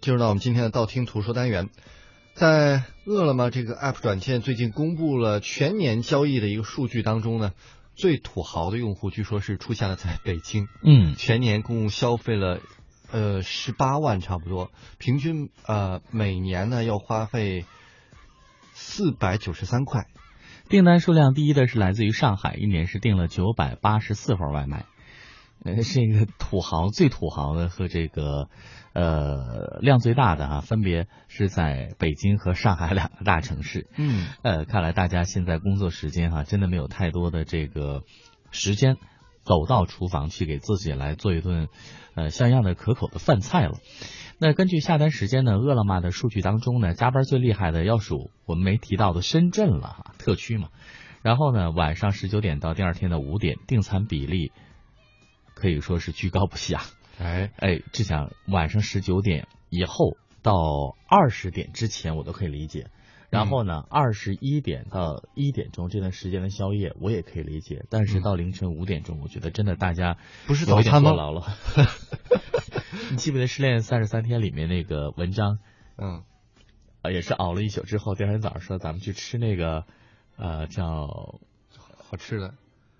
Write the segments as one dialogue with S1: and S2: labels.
S1: 进入到我们今天的道听途说单元，在饿了么这个 App 软件最近公布了全年交易的一个数据当中呢，最土豪的用户据说是出现了在北京，
S2: 嗯，
S1: 全年共消费了呃十八万差不多，平均呃每年呢要花费四百九十三块。
S2: 订单数量第一的是来自于上海，一年是订了九百八十四份外卖。呃，这个土豪最土豪的和这个呃量最大的啊，分别是在北京和上海两个大城市。
S1: 嗯，
S2: 呃，看来大家现在工作时间哈、真的没有太多的这个时间走到厨房去给自己来做一顿呃像样的可口的饭菜了。那根据下单时间呢，饿了么的数据当中呢，加班最厉害的要数我们没提到的深圳了哈、特区嘛。然后呢，晚上十九点到第二天的五点，订餐比例可以说是居高不下。
S1: 哎，
S2: 哎，志强，晚上十九点以后到二十点之前，我都可以理解。然后呢，二十一点到一点钟这段时间的宵夜，我也可以理解。但是到凌晨五点钟，我觉得真的大家
S1: 嗯不是
S2: 有
S1: 早
S2: 一点
S1: 餐吗
S2: 过劳了。 你记不记得《失恋三十三天》里面那个文章，
S1: 嗯，
S2: 呃，也是熬了一宿之后，第二天早上说咱们去吃那个，呃，叫
S1: 好吃的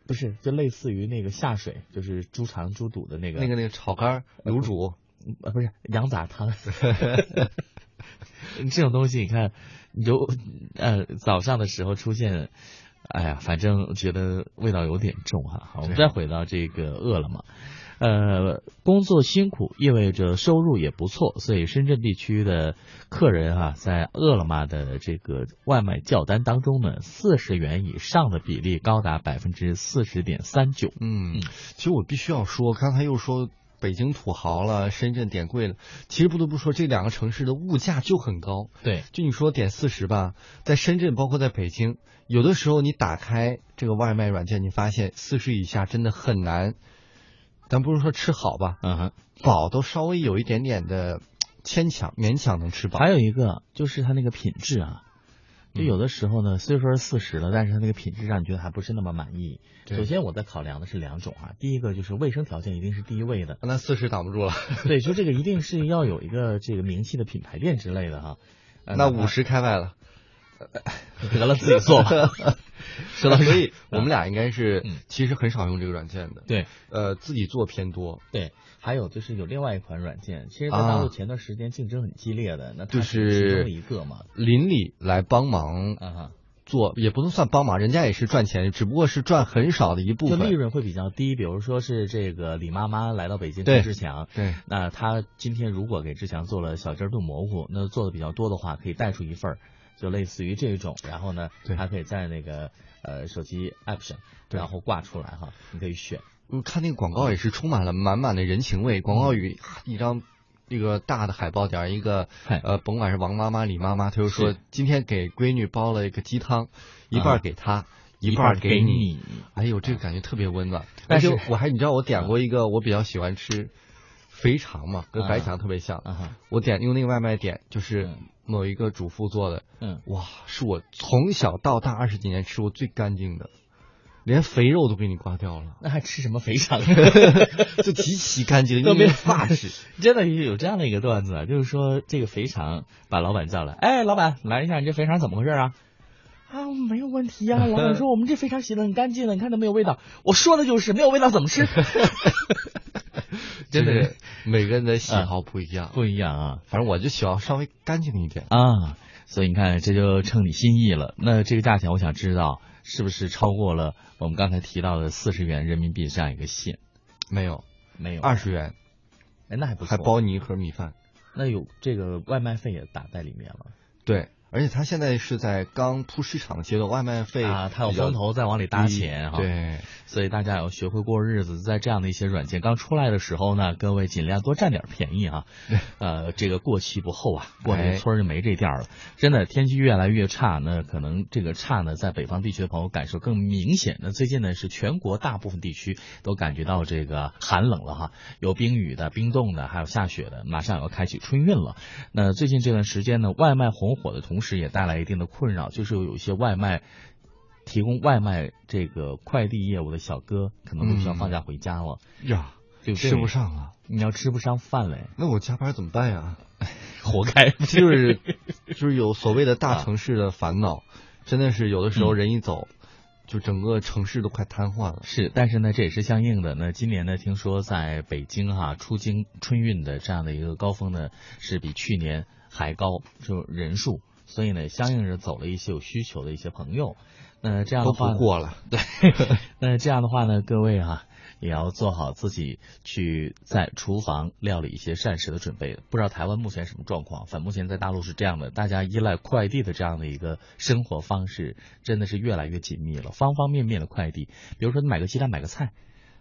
S2: 不是，就类似于那个下水，就是猪肠猪肚的那个
S1: 那个那个炒肝儿卤煮，
S2: 呃，不是羊杂汤， 这种东西你看，你就呃早上的时候出现，哎呀，反正觉得味道有点重哈、好，我们
S1: 对
S2: 再回到这个饿了么，呃，工作辛苦意味着收入也不错，所以深圳地区的客人啊，在饿了么的这个外卖叫单当中呢，四十元以上的比例高达百分之四十点三九。
S1: 嗯
S2: 嗯，
S1: 其实我必须要说，刚才又说北京土豪了，深圳点贵了，其实不得不说这两个城市的物价就很高。
S2: 对，
S1: 就你说点四十吧，在深圳包括在北京，有的时候你打开这个外卖软件，你发现四十以下真的很难。咱不是说吃好吧，
S2: 嗯哼。
S1: 饱都稍微有一点点的牵强，勉强能吃饱。
S2: 还有一个就是它那个品质啊，
S1: 嗯
S2: 就有的时候呢，虽说是四十了，但是它那个品质让你觉得还不是那么满意。
S1: 对，
S2: 首先我在考量的是两种啊，第一个就是卫生条件一定是第一位的
S1: 那四十挡不住了，
S2: 对，就这个一定是要有一个这个名气的品牌店之类的哈。呃
S1: 那
S2: 哪怕
S1: 五十开外了。
S2: 得了，自己做吧。
S1: 是的，所 以我们俩应该是
S2: 嗯
S1: 其实很少用这个软件的，
S2: 对
S1: 呃，自己做偏多，
S2: 对，还有就是有另外一款软件，其实在大陆前段时间竞争很激烈的，那它
S1: 啊就是
S2: 其中的一个嘛。
S1: 邻里来帮忙
S2: 啊哈，
S1: 做，也不能算帮忙，人家也是赚钱，只不过是赚很少的一部
S2: 就利
S1: 分。
S2: 润会比较低，比如说是这个李妈妈来到北京
S1: 对
S2: 做志强，
S1: 对，
S2: 那他今天如果给志强做了小鸡儿炖蘑菇，那做的比较多的话，可以带出一份儿，就类似于这种。然后呢
S1: 对，
S2: 他可以在那个呃手机 app 上，
S1: 对
S2: 然后挂出来哈，你可以选。
S1: 嗯看那个广告也是充满了满满的人情味，广告语一张。一个大的海报点儿一个
S2: 嗨
S1: 呃，甭管是王妈妈、李妈妈，她就说
S2: 是
S1: 今天给闺女煲了一个鸡汤，一半儿
S2: 啊
S1: 给她，一半
S2: 一半
S1: 儿
S2: 儿给
S1: 你。
S2: 你
S1: 哎呦，这个感觉特别温暖。
S2: 但是
S1: 而且我还你知道我点过一个，我比较喜欢吃肥肠嘛，跟白肠特别像。
S2: 啊哈，
S1: 我点用那个外卖点，就是
S2: 嗯
S1: 某一个主妇做的，
S2: 嗯，
S1: 哇，是我从小到大二十几年吃过最干净的，连肥肉都给你刮掉了，
S2: 那还吃什么肥肠？
S1: 就极其干净，
S2: 都
S1: 没
S2: 没
S1: 发质。
S2: 真的有这样的一个段子，啊就是说这个肥肠把老板叫来，哎，老板来一下，你这肥肠怎么回事啊？啊，没有问题啊。老板说我们这肥肠洗的很干净的，你看都没有味道。我说的就是没有味道怎么吃？ 真
S1: 就
S2: 的嗯
S1: 是是每个人的喜好不一样，
S2: 不一样啊。
S1: 反正我就喜欢稍微干净一点。
S2: 啊，所以你看，这就称你心意了。那这个价钱，我想知道是不是超过了我们刚才提到的四十元人民币这样一个线？
S1: 没有
S2: 没有，
S1: 二十元
S2: 哎，那还不错，
S1: 还包你一盒米饭。
S2: 那有这个外卖费也打在里面了
S1: 对，而且他现在是在刚铺市场的阶段，外卖费
S2: 啊，它有
S1: 比较嗯
S2: 风投在往里搭钱哈。，
S1: 对，
S2: 所以大家也要学会过日子。在这样的一些软件刚出来的时候呢，各位尽量多占点便宜啊。呃，这个过期不候啊，过了
S1: 哎
S2: 个村儿就没这店儿了。真的，天气越来越差，那可能这个差呢，在北方地区的朋友感受更明显。那最近呢，是全国大部分地区都感觉到这个寒冷了哈，有冰雨的、冰冻的，还有下雪的，马上也要开启春运了。那最近这段时间呢，外卖红火的同时，也带来一定的困扰，就是有一些外卖。提供外卖这个快递业务的小哥可能都需
S1: 嗯
S2: 要放假回家了，
S1: 呀，
S2: 对不对？
S1: 吃不上了，啊
S2: 你要吃不上饭嘞，
S1: 那我加班怎么办呀？
S2: 活该。
S1: 就是就是有所谓的
S2: 啊
S1: 大城市的烦恼，真的是有的时候人一走，就整个城市都快瘫痪了。
S2: 是，但是呢，这也是相应的。那今年呢，听说在北京哈、出京春运的这样的一个高峰呢，是比去年还高，就人数。所以呢，相应着走了一些有需求的一些朋友。那这样的
S1: 都
S2: 话呢
S1: 不过了，
S2: 对， 那这样的话呢，各位啊，也要做好自己去在厨房料理一些膳食的准备。不知道台湾目前什么状况，反正目前在大陆是这样的，大家依赖快递的这样的一个生活方式，真的是越来越紧密了，方方面面的快递。比如说你买个鸡蛋，买个菜，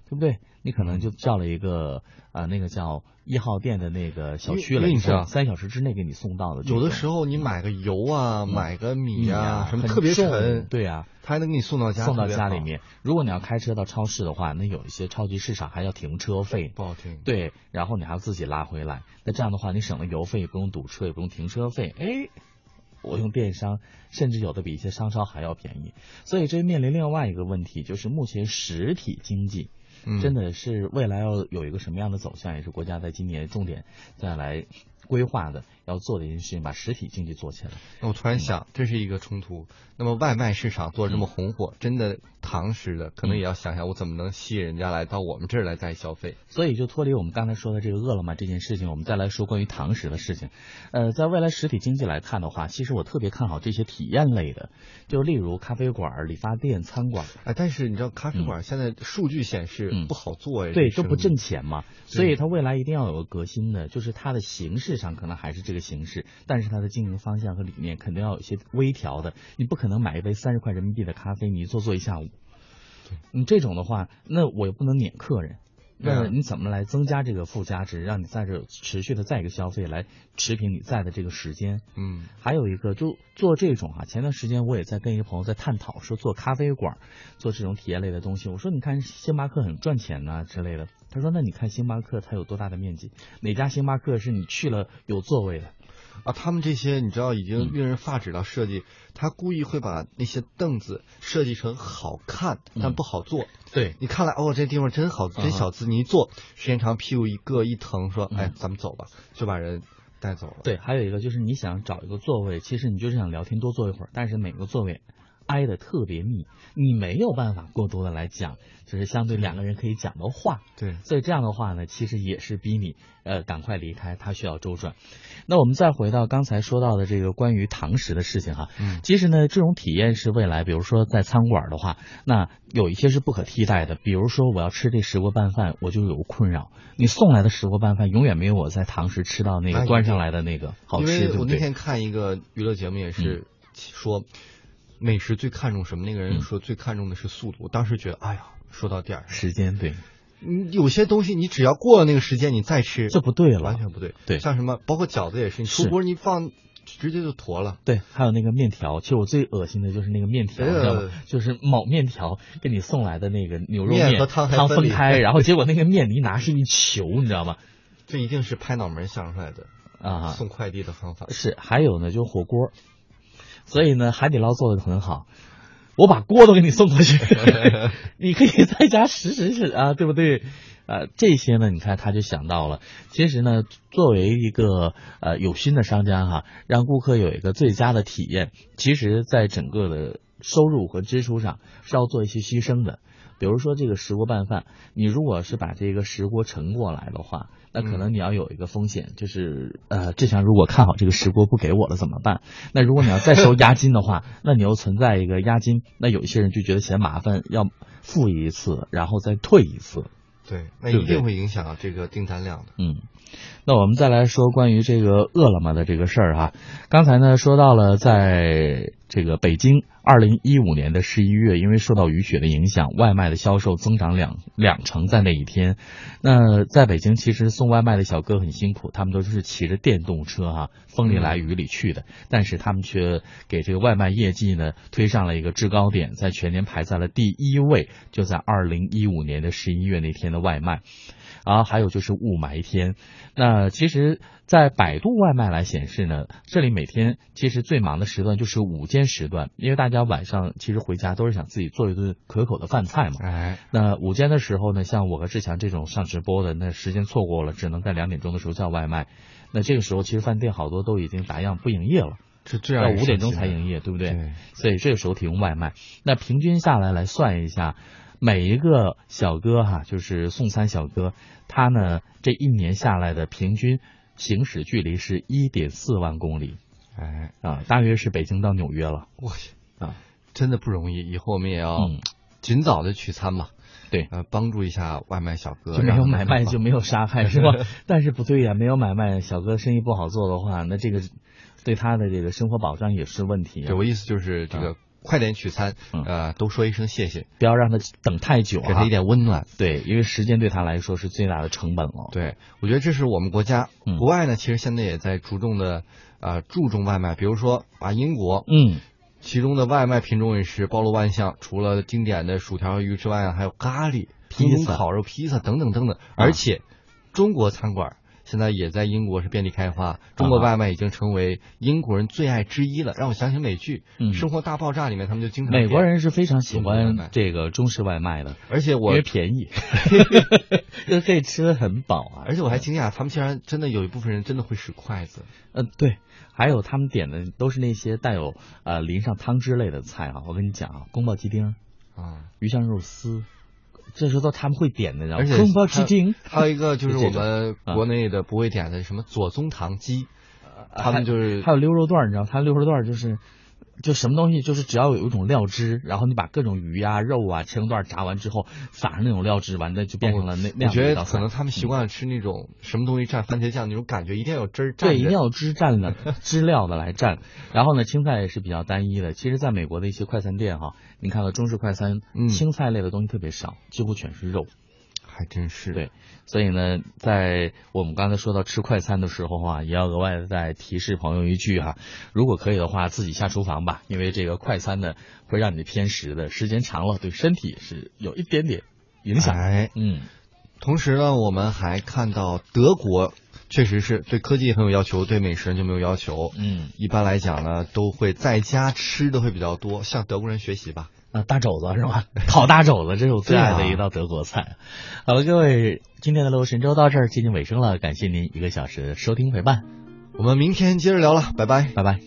S2: 对不对？你可能就叫了一个啊、呃那个叫一号店的那个小区
S1: 因
S2: 了，
S1: 为因为你知道
S2: 三小时之内给你送到的这种。
S1: 有的时候你买个油啊，
S2: 嗯
S1: 买个米
S2: 米
S1: 啊
S2: 啊，，
S1: 什么
S2: 很
S1: 特别
S2: 重
S1: 沉，
S2: 对啊，
S1: 他还能给你送到家，
S2: 送到
S1: 特别
S2: 家
S1: 好
S2: 里，面。如果你要开车到超市的话，那有一些超级市场还要停车费，
S1: 不好听。
S2: 对，然后你还要自己拉回来。那这样的话，你省了油费，也不用堵车，也不用停车费。哎，我用电商，甚至有的比一些商超还要便宜。所以这面临另外一个问题，就是目前实体经济
S1: 嗯，
S2: 真
S1: 的，
S2: 的是未来要有一个什么样的走向，也是国家在今年重点再来规划的，要做的一件事情，把实体经济做起来。
S1: 我突然想，这是一个冲突。那么外卖市场做得这
S2: 嗯
S1: 么红火，真的堂食的，可能也要想想我怎么能吸引人家来到我们这儿来再消费。
S2: 所以就脱离我们刚才说的这个饿了么这件事情，我们再来说关于堂食的事情。呃，在未来实体经济来看的话，其实我特别看好这些体验类的，就例如咖啡馆、理发店、餐馆，
S1: 哎，但是你知道咖啡馆现在数据显示
S2: 嗯
S1: 不好做呀，
S2: 对，
S1: 这
S2: 都
S1: 生意
S2: 不挣钱嘛。所以它未来一定要有个革新的，就是它的形式上可能还是这个形式，但是它的经营方向和理念肯定要有一些微调的。你不可能买一杯三十块人民币的咖啡，你坐坐一下午。你这种的话，那我也不能撵客人。
S1: 对啊
S2: 那你怎么来增加这个附加值，让你在这儿持续的再一个消费，来持平你在的这个时间？
S1: 嗯，
S2: 还有一个就做这种啊，前段时间我也在跟一个朋友在探讨，说做咖啡馆，做这种体验类的东西。我说你看星巴克很赚钱呐、之类的，他说那你看星巴克它有多大的面积？哪家星巴克是你去了有座位的？
S1: 啊，他们这些你知道已
S2: 嗯
S1: 经令人发指到设计，他故意会把那些凳子设计成好看但
S2: 嗯
S1: 不好坐。
S2: 对，
S1: 你看来哦，这地方真好，真
S2: 嗯
S1: 小资。你一坐，时间长屁股一硌一疼，说
S2: 嗯
S1: 哎，咱们走吧，就把人带走了。
S2: 对，还有一个就是你想找一个座位，其实你就是想聊天多坐一会儿，但是每个座位挨得特别密，你没有办法过多的来讲，就是相对两个人可以讲的话。
S1: 对，
S2: 所以这样的话呢，其实也是逼你呃赶快离开，它需要周转。那我们再回到刚才说到的这个关于堂食的事情哈，
S1: 嗯
S2: 其实呢，这种体验是未来，比如说在餐馆的话，那有一些是不可替代的。比如说我要吃这石锅拌饭，我就有困扰。你送来的石锅拌饭永远没有我在堂食吃到那
S1: 那
S2: 个
S1: 一
S2: 端
S1: 定
S2: 上来的那个好
S1: 哎因
S2: 吃，
S1: 为
S2: 对
S1: 我
S2: 不
S1: 那
S2: 对？嗯
S1: 天看一个娱乐节目，也是说美食最看重什么？那个人
S2: 嗯
S1: 说最看重的是速度。我当时觉得，哎呀，说到点儿上，
S2: 时间对，
S1: 你有些东西你只要过了那个时间，你再吃
S2: 这不对了
S1: 完全不对。
S2: 对
S1: 像什么，包括饺子也是，你出
S2: 是
S1: 锅你放直接就坨了。
S2: 对，还有那个面条，其实我最恶心的就是那个面条，
S1: 哎呀
S2: 你知道吗？就是某面条给你送来的那个牛肉
S1: 面
S2: 面
S1: 和汤还分
S2: 分
S1: 离
S2: 开，然后结果那个面你一拿是一球，你知道吗？
S1: 这一定是拍脑门想出来的
S2: 啊，
S1: 送快递的方 法。
S2: 是， 还有呢，就是火锅，所以呢，海底捞做的很好，我把锅都给你送过 去，你可以在家实时是啊，对不对？呃，这些呢，你看他就想到了。其实呢，作为一个呃有心的商家哈、让顾客有一个最佳的体验，其实在整个的收入和支出上是要做一些牺牲的。比如说这个石锅拌饭，你如果是把这个石锅盛过来的话，那可能你要有一个风险，就是呃，志强如果看好这个石锅不给我了怎么办？那如果你要再收押金的话，那你又存在一个押金，那有一些人就觉得嫌麻烦，要付一次，然后再退一次。
S1: 对，那
S2: 对
S1: 一
S2: 不对
S1: 定会影响到这个订单量的。
S2: 嗯，那我们再来说关于这个饿了么的这个事儿哈。刚才呢说到了，在这个北京，二零一五年的十一月，因为受到雨雪的影响，外卖的销售增长两两成，在那一天。那在北京，其实送外卖的小哥很辛苦，他们都是骑着电动车哈、风里来雨里去的，但是他们却给这个外卖业绩呢推上了一个制高点，在全年排在了第一位，就在二零一五年的十一月那天的外卖。啊，还有就是雾霾天。那其实，在百度外卖来显示呢，这里每天其实最忙的时段就是午间时段，因为大家晚上其实回家都是想自己做一顿可口的饭菜嘛。
S1: 哎，
S2: 那午间的时候呢，像我和志强这种上直播的，那时间错过了，只能在两点钟的时候叫外卖。那这个时候其实饭店好多都已经打烊不营业了，
S1: 这这
S2: 要
S1: 样也
S2: 五点钟
S1: 省
S2: 才
S1: 钱
S2: 营业，对不对？
S1: 啊对，
S2: 所以这个时候提供外卖。那平均下来来算一下，每一个小哥哈、就是送餐小哥，他呢这一年下来的平均行驶距离是一点四万公里
S1: 哎，
S2: 啊，大约是北京到纽约了。
S1: 我
S2: 啊，
S1: 真的不容易，以后我们也要
S2: 嗯
S1: 尽早的取餐嘛。
S2: 对
S1: 呃，帮助一下外卖小哥，
S2: 嗯就没有
S1: 让他
S2: 买
S1: 们
S2: 卖
S1: 更
S2: 就没有杀害是吧？ 但是不对呀、没有买卖，小哥生意不好做的话，那这个对他的这个生活保障也是问题、啊
S1: 对，我意思就是这个快点取餐，
S2: 嗯
S1: 呃，都说一声谢谢，
S2: 不要让他等太久
S1: 给
S2: 啊
S1: 他一。点温暖。
S2: 对，因为时间对他来说是最大的成本了。
S1: 对，我觉得这是我们国家，
S2: 嗯
S1: 国外呢，其实现在也在注重的，呃，注重外卖，比如说啊，英国，
S2: 嗯，
S1: 其中的外卖品种也是包罗万象，除了经典的薯条和鱼之外啊，还有咖喱、
S2: 披
S1: 中东
S2: 萨啊
S1: 烤肉、披萨等等等等。而且，中国餐馆现在也在英国是遍地开花，中国
S2: 啊
S1: 外卖已经成为英国人最爱之一了。让我想起美剧《
S2: 嗯
S1: 生活大爆炸》里面，他们就经常
S2: 美国
S1: 点，
S2: 人是非常喜
S1: 中国外卖
S2: 欢这个中式外 卖的，
S1: 而且
S2: 因
S1: 我
S2: 为便 宜，又可以吃的很饱啊。
S1: 而且我 还惊讶，他们竟然真的有一部分人真的会使筷子。
S2: 嗯，对，还有他们点的都是那些带有呃淋上汤汁类的菜啊。我跟你讲啊，宫保鸡丁、
S1: 啊、
S2: 鱼香肉丝，这时候都他们会点的，然后
S1: 而且
S2: 宫保鸡丁，
S1: 还有一 个就是
S2: 就这啊
S1: 我们国内的不会点的什么左宗棠鸡，他们就是
S2: 还有溜肉段儿，你知道，它溜肉段儿就是。就什么东西，就是只要有一种料汁，然后你把各种鱼啊、肉啊、切成段儿炸完之后，撒上那种料汁，完了就变成了那那
S1: 我
S2: 样
S1: 觉
S2: 的一
S1: 得
S2: 道
S1: 可
S2: 菜。
S1: 能他们习惯吃那种什么东西蘸番茄酱那种感觉，一定要有汁儿蘸着。
S2: 对，一定要支蘸的支料的 来蘸。然后呢，青菜也是比较单一的。其实，在美国的一些快餐店哈，你看到中式快餐，
S1: 嗯
S2: 青菜类的东西特别少，几乎全是肉。
S1: 还真是。
S2: 对所以呢，在我们刚才说到吃快餐的时候啊，也要额外的再提示朋友一句哈、如果可以的话，自己下厨房吧，因为这个快餐呢会让你偏食的，时间长了对身体是有一点点影响的。
S1: 哎，
S2: 嗯，
S1: 同时呢，我们还看到德国确实是对科技很有要求，对美食人就没有要求。
S2: 嗯，
S1: 一般来讲呢，都会在家吃的会比较多，向德国人学习吧。
S2: 啊，大肘子是吧？ 烤大肘子，这是我最爱
S1: 对
S2: 的
S1: 啊
S2: 一道德国菜。好了，各位，今天的《乐游神州》到这儿接近尾声了，感谢您一个小时的收听陪伴，
S1: 我们明天接着聊了，拜拜。
S2: 拜拜。